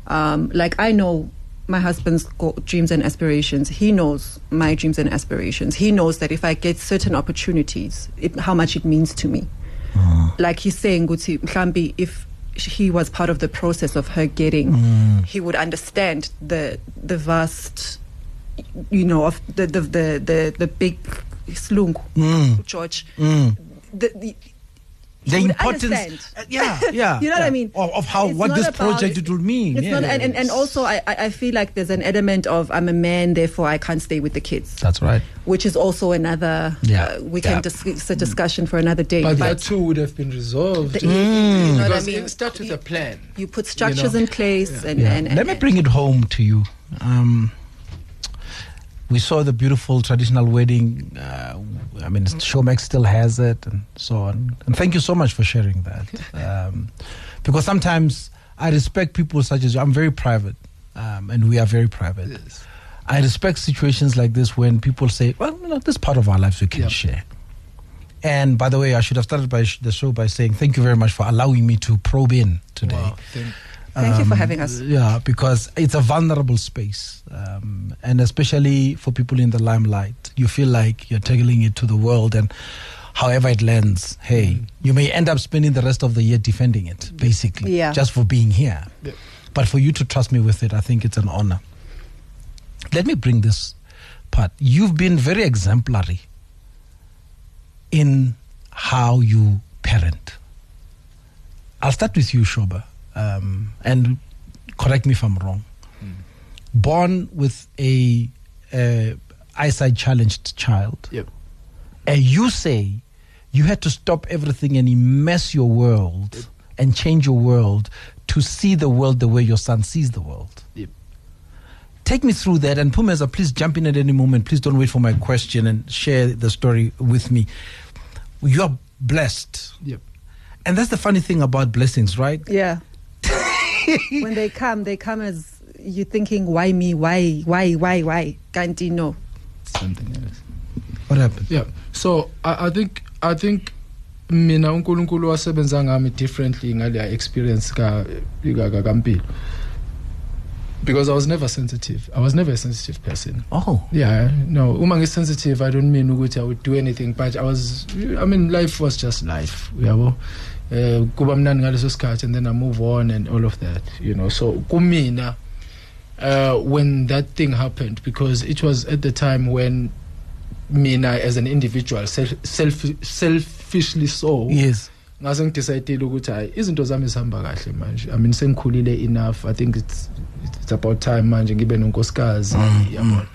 S4: um, like I know my husband's go- dreams and aspirations, he knows my dreams and aspirations. He knows that if I get certain opportunities, it, how much it means to me. Like he's saying, Guti, mhlambi, if sh- he was part of the process of her getting, he would understand the the vast, you know, of the the the the, the big slung, George. The, the,
S3: Mm, the
S4: he Mm. would
S3: importance
S4: understand.
S3: Uh, yeah yeah
S4: you know what
S3: yeah.
S4: I mean?
S3: of, of how
S4: It's
S3: what
S4: not
S3: this
S4: about-
S3: project it will mean
S4: It's
S3: yeah.
S4: not, and, and, and also, I, I I feel like there's an element of I'm a man, therefore I can't stay with the kids,
S3: that's right
S4: which is also another.
S3: Yeah.
S4: Uh, we can
S3: Yeah.
S4: dis- it's a discussion for another day.
S2: but that too would have been resolved
S4: the- you know what I
S2: Mm. because
S4: mean?
S2: it starts with a plan
S4: You put structures
S2: know.
S4: in place, and,
S3: Yeah.
S4: and, and
S3: Let me bring it home to you. Um, we saw the beautiful traditional wedding. Uh, I mean, Showmax still has it, and so on. And thank you so much for sharing that, um, because sometimes I respect people such as you. I'm very private, um, and we are very private.
S2: Yes.
S3: I respect situations like this when people say, "Well, you know, this part of our lives we can
S2: Yeah.
S3: share." And by the way, I should have started by sh- the show by saying thank you very much for allowing me to probe in today.
S2: Wow, thank-
S4: Thank you for having us.
S3: Um, Yeah, because it's a vulnerable space, um, and especially for people in the limelight, you feel like you're tackling it to the world, and however it lands, hey, you may end up spending the rest of the year defending it, basically,
S4: Yeah.
S3: just for being here.
S2: Yeah.
S3: But for you to trust me with it, I think it's an honor. Let me bring this part. You've been very exemplary in how you parent. I'll start with you, Shoba, um, and correct me if I'm wrong. Born with a uh, eyesight challenged child,
S2: yep
S3: and you say you had to stop everything and immerse your world and change your world to see the world the way your son sees the world.
S2: yep
S3: Take me through that, and Pumeza, please jump in at any moment. Please don't wait for my question and share the story with me. You are blessed.
S2: yep
S3: And that's the funny thing about blessings, right?
S4: yeah. when they come, they come as you thinking, why me? Why? Why? Why? Why? Gandhi, no.
S2: something else
S3: What happened?
S2: yeah so i, I think i think mina unkulunkulu wasebenza ngami differently ngaleya experience ka ka- ka- kampilo because i was never sensitive i was never a sensitive person
S3: Oh.
S2: yeah no uma ngi-sensitive i don't mean ukuthi i would do anything but i was i mean life was just life uyabo um kuba mnandi ngaleso sikhathi and then i move on and all of that you know so kumina uh, when that thing happened because it was at the time when mina as an individual self, self, selfishly so
S3: Yes.
S2: ngase ngidecide ukuthi hayi izinto zami zihamba kahle manje i mean sengikhulile enough i think it's it's about time manje ngibe nonkosikazi
S3: Mm,
S2: yabona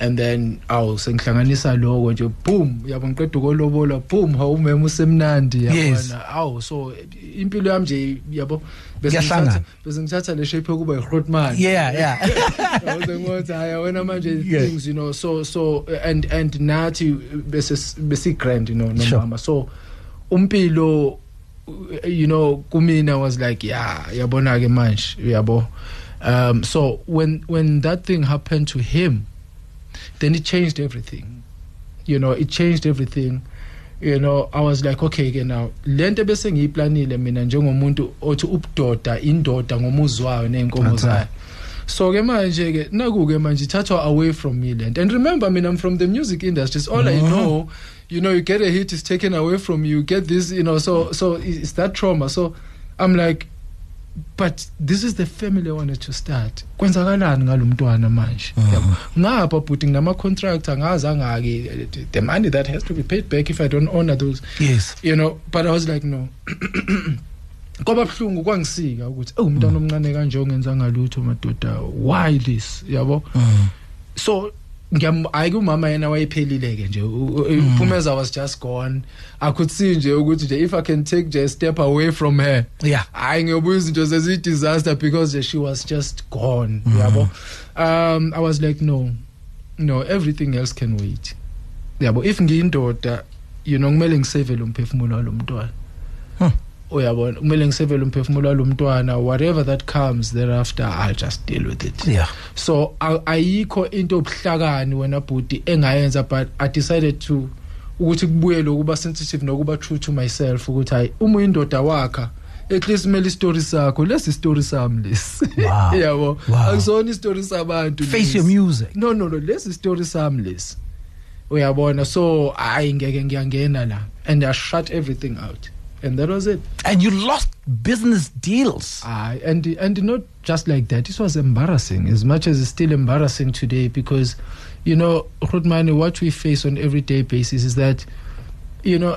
S2: and then awu sengihlanganisa lokho nje boom yabo ngiqeda ukolobola boom hawu umema usemnandi
S3: Yes.
S2: yabona awu so impilo yami nje yabo bese
S3: Iyahlangana.
S2: ngithatha- bese ngithatha le shape yokuba ihrotman
S3: Yeah, yeah.
S2: Yabona ngothi hayi wena manje
S3: Yeah.
S2: things you know so so and and nathi bese bese grand you know
S3: Sure.
S2: nomama so umpilo you know kumina was like yeah yabona ke manje uyabo um so when when that thing happened to him then it changed everything you know it changed everything you know i was like okay ke now lento bese ngiyiplanile mina njengomuntu othi ubudoda indoda ngomuzwayo neenkomo
S3: That's right.
S2: zayo so ke manje ke naku-ke manje ithathwa away from me lento and remember mina i'm from the music industry it's all i
S3: Mhm.
S2: know you know you get a hit is taken away from you you get this you know so so it's that trauma so i'm like but this is the family i wanted to start kwenzakalani ngalo mntwana manje Yabo. ngapha bhuti nginama-contract angazanga-ke the money that has to be paid back if i don't honor those
S3: yes.
S2: you know but i was like no kwaba buhlungu kwangisika ukuthi ewu umntwana omncane kanje ongenzanga lutho madoda why this yabo
S3: Mm.
S2: so ngiyam hayi kumama yena wayephelile ke nje U- u- uphumeza was just gone i could see nje ukuthi nje if i can take nje a step away from her
S3: Yeah.
S2: hayi ngiyobuya izinto seziyi-disaster because she was just gone yabo um i was like no no everything else can wait yabo if ngiyindoda you know kumele ngisave lo mphefumulo walo mntwana
S3: Huh.
S2: uyabona Oh, kumele ngisave lo mphefumulo walo mntwana whatever that comes thereafter i'll just deal with it
S3: Yeah.
S2: so a- ayikho into obuhlakani wena bhuti engayenza but i decided to ukuthi kubuye lokuba sensitive nokuba true to myself ukuthi hayi uma uyindoda wakha at least kumele isitori sakho lesi isitori sami lesi
S3: Wow.
S2: yabo
S3: Wow.
S2: akusona isitori sabantu
S3: Face
S2: lesi.
S3: your music.
S2: no no no lesi isitori sami lesi uyabona so hayi ngeke ngiyangena la and i shut everything out and that was it
S3: And you lost business deals.
S2: Aye, and and not just like that. This was embarrassing, as much as it's still embarrassing today, because, you know, Rudmani, what we face on everyday basis is that, you know,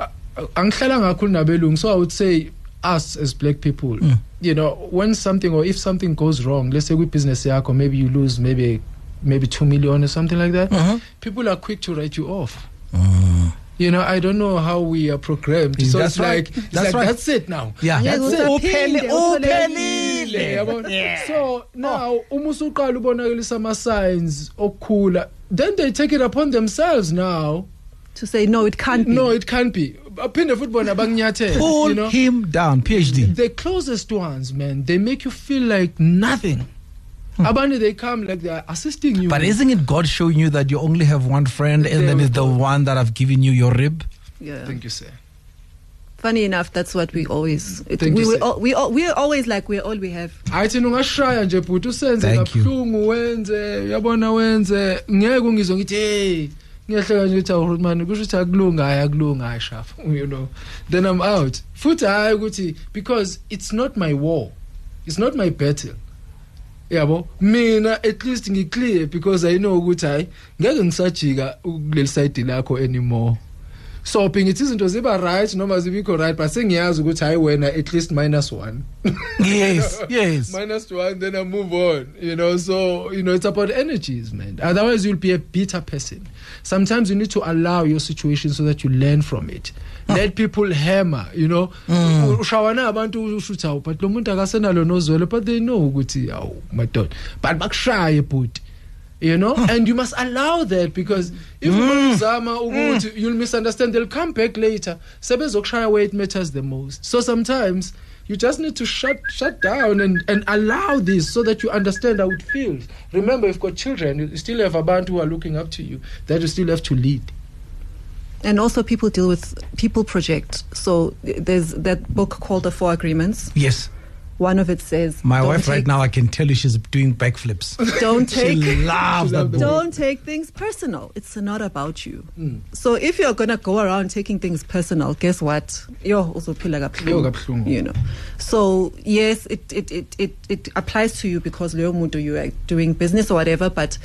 S2: uh, uh, angihlala kakhulu nabelungu, so I would say us as black people, you know, when something or if something goes wrong, let's say with business yakho, maybe you lose maybe maybe two million or something like that,
S3: Mhm.
S2: people are quick to write you off.
S3: Mm.
S2: You know, I don't know how we are programmed. So
S3: That's
S2: it's
S3: right.
S2: like, it's
S3: That's
S2: like
S3: right.
S2: that's it now.
S3: Yeah.
S2: That's
S4: Yeah,
S2: it.
S4: Uphele-
S2: Ngiyabonile, yabona? so now
S4: Oh.
S2: uma usuqala ubonakalisa ama-signs okukhula then they take it upon themselves now
S4: to say no, it can't be.
S2: no it can't be aphinde futhi bona bakunyathele
S3: Pull
S2: you know
S3: him down, PhD.
S2: the closest ones man they make you feel like nothing abanye they come like they're assisting you
S3: Hmm. But isn't it God showing you that you only have one friend and
S2: There
S3: that
S2: we
S3: is the
S2: go.
S3: one that I've given you your rib?
S4: Yeah.
S2: thank you sir
S4: Funny enough, that's what we always. It,
S2: Thank
S4: we
S2: you,
S4: we,
S2: sir.
S4: all, we all, we're always like we're all we have.
S2: hayi thina ungashaya nje bhuti usenze
S3: Thank you.
S2: kabuhlungu wenze uyabona wenze ngeke ungizwe ngithi hey ngiyahleka nje ukuthi awurutman kusho ukuthi akulunga hayi akulunga hayi shafa you know then i'm out futhi hayi ukuthi because it's not my war it's not my battle yabo mina at least ngiclear because i know ukuthi hayi ngeke ngisajika kuleli side lakho anymore so ngithi izinto ziba right noma zibikho right but sengiyazi ukuthi hayi wena at least minus one
S3: Yes, yes.
S2: minus one, then I move on. You know, so you know it's about energies, man. Otherwise, you'll be a bitter person. Sometimes you need to allow your situation so that you learn from it. Let people hammer. You know, ushawana abantu ushuthi awu but lo muntu akasenalo nozwelo but they know ukuthi awu madoda but bakushaye bhuti you know and you must allow that because if uzama ukuthi you'll misunderstand they'll come back later sebezokushaya where it matters the most so sometimes you just need to shut shut down and, and allow this so that you understand how it feels remember you've got children you still have abantu who are looking up to you that you still have to lead
S4: and also people deal with people project. So th- there's that book called The Four Agreements.
S3: Yes.
S4: One of it says,
S3: My
S4: don't
S3: wife right
S4: take-
S3: now, I can tell you she's doing backflips.
S4: Don't
S3: she
S4: take
S3: loves
S2: She
S3: that
S2: loves the
S3: book.
S4: don't take things personal. It's not about you. So if you're gonna go around taking things personal, guess what? You're also
S2: Yo, kabuhlungu.
S4: You know. So yes, it it, it, it, it applies to you because Leo Mudo you are doing business or whatever, but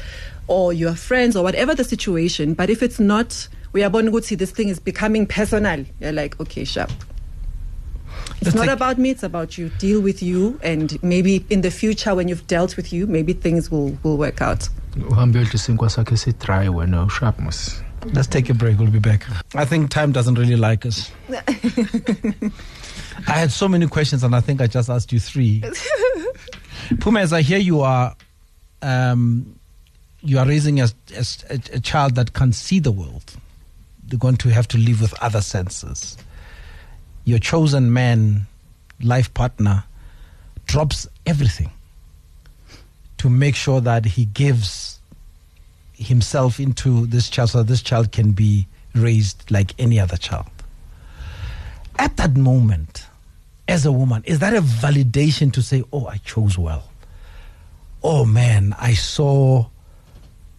S4: or you are friends or whatever the situation. But if it's not we are born good see this thing is becoming personal, you're like, okay, sharp. It's
S3: That's
S4: not
S3: like-
S4: about me, it's about you. Deal with you and maybe in the future when you've dealt with you, maybe things will, will work out.
S2: uhambe yodla isinkwa sakhe sitry wena usharp mos
S3: Let's take a break. We'll be back. I think time doesn't really like us. I had so many questions, and I think I just asked you three. Puma, as I hear you are, um, you are raising a, a, a child that can see the world. They're going to have to live with other senses. Your chosen man, life partner, drops everything to make sure that he gives himself into this child so this child can be raised like any other child. At that moment, as a woman, is that a validation to say, oh, I chose well? Oh man, I saw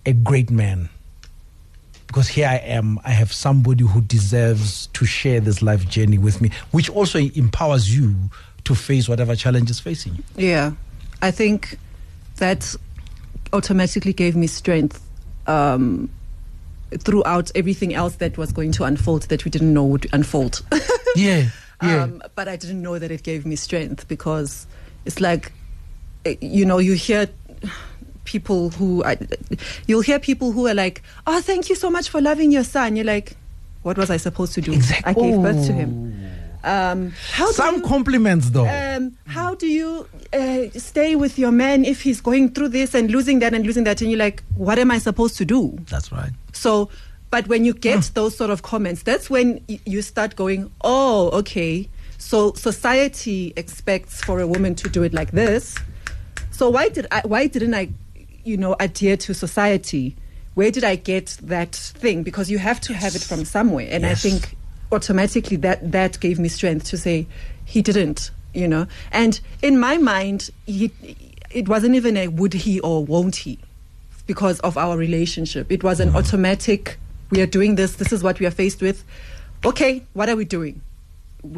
S3: a great man. Because here I am, I have somebody who deserves to share this life journey with me, which also empowers you to face whatever challenge is facing you.
S4: Yeah, I think that automatically gave me strength um, throughout everything else that was going to unfold that we didn't know would unfold.
S3: Yeah,
S4: um, but I didn't know that it gave me strength because it's like, eh, you know, you hear people who I, you'll hear people who are like, "Oh, thank you so much for loving your son." You're like, "What was I supposed to do?
S3: Exactly.
S4: I gave birth to him." Um, how do
S3: Some
S4: you-
S3: compliments though.
S4: um, how do you uh, stay with your man if he's going through this and losing that and losing that? And you're like, what am I supposed to do?
S3: That's right.
S4: So, but when you get those sort of comments, that's when y- you start going, oh, okay. So society expects for a woman to do it like this. So why did I? Why didn't I? You know, adhere to society. Where did I get that thing? Because you have to have it from somewhere, and
S3: Yes.
S4: I think automatically that that gave me strength to say he didn't. You know, and in my mind, he, it wasn't even a would he or won't he because of our relationship. It
S3: Mm-hmm.
S4: was an automatic, we are doing this, this is what we are faced with. Okay, what are we doing?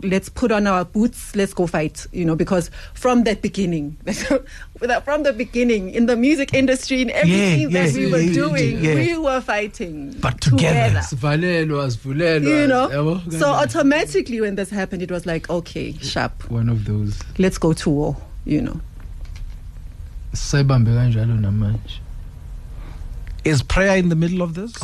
S4: Let's put on our boots, let's go fight, you know, because from the beginning, without- from the beginning, in the music industry, in everything
S3: Yeah,
S4: that
S3: yeah,
S4: we were
S3: yeah,
S4: doing,
S3: yeah.
S4: we were fighting.
S3: But together.
S2: sivalelwa sivulelwa
S4: You know,
S2: yabo?
S4: so automatically when this happened, it was like, okay, sharp,
S2: one of those
S4: let's go to war, you know.
S2: sayibambe kanjalo namanje
S3: Is prayer in the middle of this?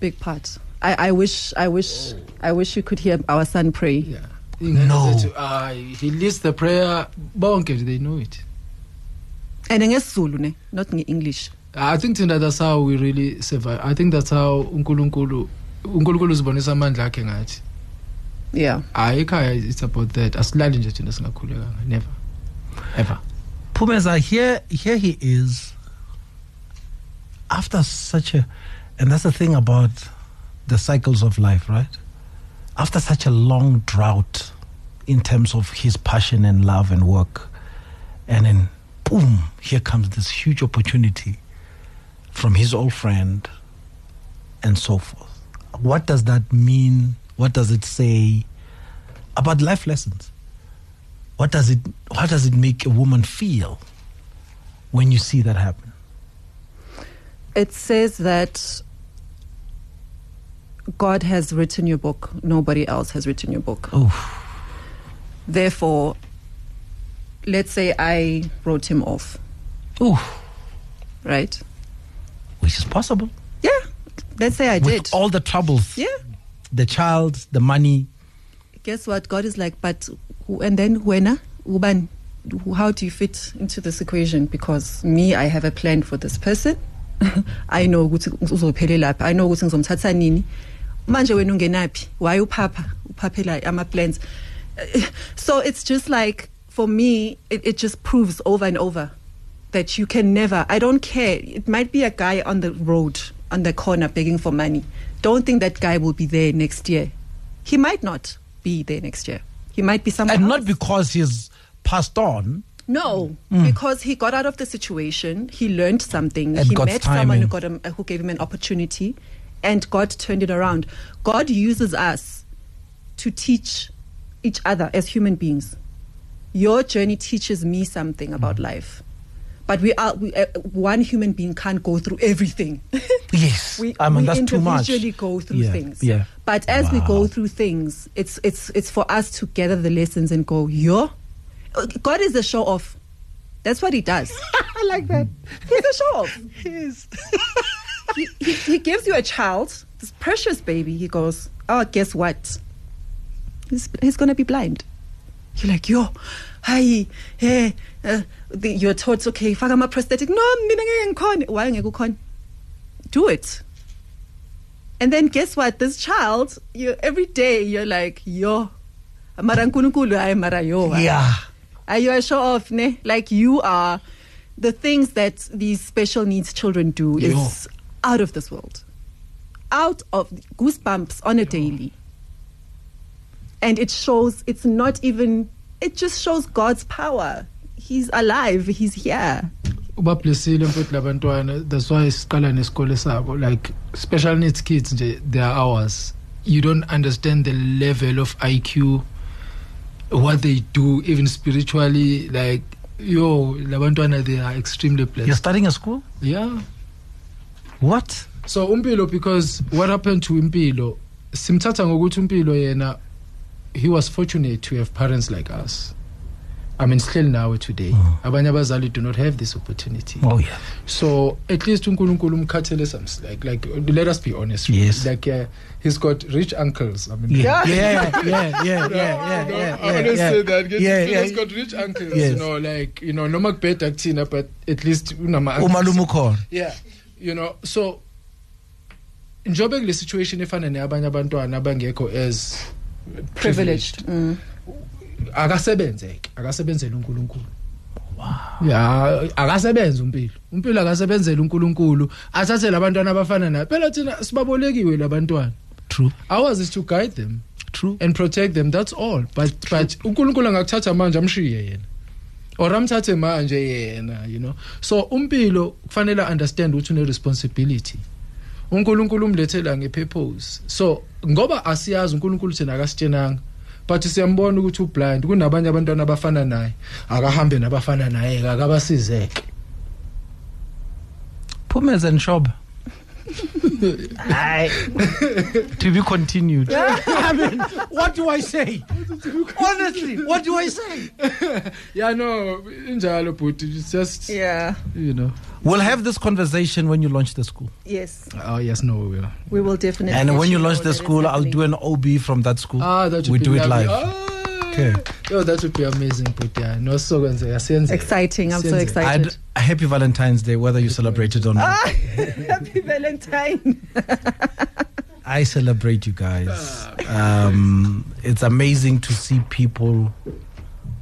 S4: Big part. I, I wish, I wish, I wish you could hear our son pray.
S2: yeah Ingane
S3: No.
S2: zethu, ayi, uh, he leads the prayer bonke they know it
S4: and ngesizulu ne not nge-english
S2: I think Tinda, that's how we really survive. I think that's how uNkulunkulu uNkulunkulu uzibonisa amandla akhe ngathi.
S4: yeah
S2: Hayi ekhaya it's about that. Asilali nje thina singakhulekanga never. Ever.
S3: Pumeza, here, here he is. After such a, and that's the thing about the cycles of life, right? After such a long drought in terms of his passion and love and work, and then boom, here comes this huge opportunity from his old friend and so forth. What does that mean? What does it say about life lessons? what does it how does it make a woman feel when you see that happen
S4: it says that god has written your book nobody else has written your book
S3: oh
S4: therefore let's say i wrote him off
S3: oh
S4: right
S3: which is possible
S4: yeah let's say i
S3: with
S4: did
S3: all the troubles
S4: yeah
S3: the child the money
S4: guess what god is like but who- and then wena uban how do you fit into this equation because me i have a plan for this person i know ukuthi uzophelelaphi i know ukuthi ngizomthatha nini manje wena ungenaphi why uphapha uphaphela ama-plans Eh, so it's just like for me it, it just proves over and over that you can never i don't care it might be a guy on the road on the corner begging for money don't think that guy will be there next year. He might not be there next year. He might be somewhere.
S3: and
S4: else.
S3: not because he's passed on.
S4: No,
S3: Hmm.
S4: because he got out of the situation. He learned something.
S3: And
S4: he
S3: God's
S4: met someone
S3: timing.
S4: who, got him, who gave him an opportunity, and God turned it around. God uses us to teach each other as human beings. Your journey teaches me something
S3: Hmm.
S4: about life. But we are we, uh, one human being can't go through everything.
S3: Yes,
S4: we,
S3: I mean
S4: we
S3: that's too much.
S4: individually go through
S3: Yeah,
S4: things.
S3: Yeah,
S4: But as we
S3: Wow.
S4: go through things, it's it's it's for us to gather the lessons and go, yo, God is a show off. That's what he does. I like that. He's a show off. he, he, he gives you a child, this precious baby. He goes, oh, guess what? He's, he's going to be blind. You're like, yo, hi, hey, uh, the, you're taught, okay, fuck, I'm a prosthetic. No, mina ngikhona. Why ngikhona? Do it. And then guess what? This child, you every day you're like, yo, marankunkulu, ay mara yo. ah."
S3: yeah.
S4: Are you a show off, ne? Like you are the things that these special needs children do is out of this world. Out of goosebumps on a daily. And it shows it's not even it just shows God's power. He's alive, he's here.
S2: ubabhlesile mfowethu labantwana that's why siqala nesikole sabo like special needs kids nje they are ours you don't understand the level of iq what they do even spiritually like yo labantwana they are extremely
S3: You're
S2: blessed
S3: studying a school?
S2: yeah
S3: What?
S2: so umpilo because what happened to impilo simthatha ngokuthi umpilo yena he was fortunate to have parents like us i mean sihleli nawe today abanye abazali do not have this opportunity
S3: Oh yeah.
S2: so at least unkulunkulu umkhathele some s- like like let us be honest
S3: Yes.
S2: like uh, he's got rich uncles i mean
S3: Yeah, yeah, yeah, yeah, yeah, yeah, yeah,
S2: You know,
S3: yeah,
S2: I
S3: yeah,
S2: always
S3: yeah.
S2: say that. Get,
S3: Yeah,
S2: he's
S3: yeah.
S2: got rich uncles,
S3: Yes.
S2: you know, like you know, noma kubheda kuthina, but at least unama
S3: Umalume ukhona.
S2: Yeah, you know, so njobe kule situation efana neabanye abantwana abangekho as
S4: Privileged. Mm.
S2: akasebenzeke akasebenzele uNkulunkulu ya akasebenze umpilo umpilo akasebenzele uNkulunkulu athathe labantwana abafana naye phela thina sibabolekiwe labantwana
S3: True,
S2: ours is to guide them
S3: true.
S2: and protect them that's all but but uNkulunkulu angakuthatha manje amshiye yena or amthathe manje yena you know so umpilo kufanele understand ukuthi une responsibility uNkulunkulu umlethela ngepurpose so ngoba asiyazi uNkulunkulu thina akasitshenanga but siyambona ukuthi ublind kunabanye abantwana abafana naye akahambe nabafana naye akabasizeke
S3: Pumas and Shob. Aye. to be continued. I mean, what do I say? Honestly, what do I say?
S2: yeah no injalo but it's just yeah.
S4: Yeah.
S2: you know
S3: We'll have this conversation when you launch the school.
S4: Yes.
S2: oh yes no we will
S4: We will definitely.
S3: And
S4: let
S3: when you
S4: you
S3: launch
S4: know that
S3: the
S4: it's
S3: school, I'll
S4: happening.
S3: do an OB from that school.
S2: Ah, that would
S3: we
S2: be
S3: do it
S2: lovely.
S3: live.
S2: Ah,
S3: Okay.
S2: Yo, that would be amazing, but yeah, no sokwenzeka siyenze.
S4: Exciting. I'm so
S2: Siyenze.
S4: excited.
S3: I'd- happy Valentine's Day, whether you celebrate it or not.
S4: Happy Valentine.
S3: I celebrate you guys. Um, it's amazing to see people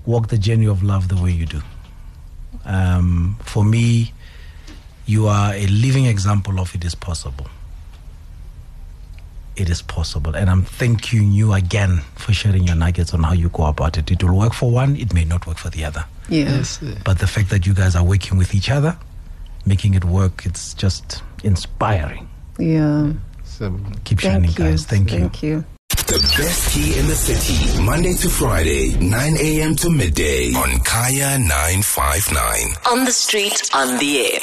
S3: walk the journey of love the way you do. Um, for me, you are a living example of it is possible. It is possible. And I'm thanking you again for sharing your nuggets on how you go about it. It will work for one, it may not work for the other.
S2: Yes. eh.
S3: But the fact that you guys are working with each other, making it work, it's just inspiring.
S4: Yeah.
S2: Siyabonga.
S3: Keep shining,
S4: Thank you.
S3: guys. Thank you.
S4: Thank you.
S5: The best tea in the city, Monday to Friday, 9 a.m. to midday on Kaya 959.
S6: On the street, on the air.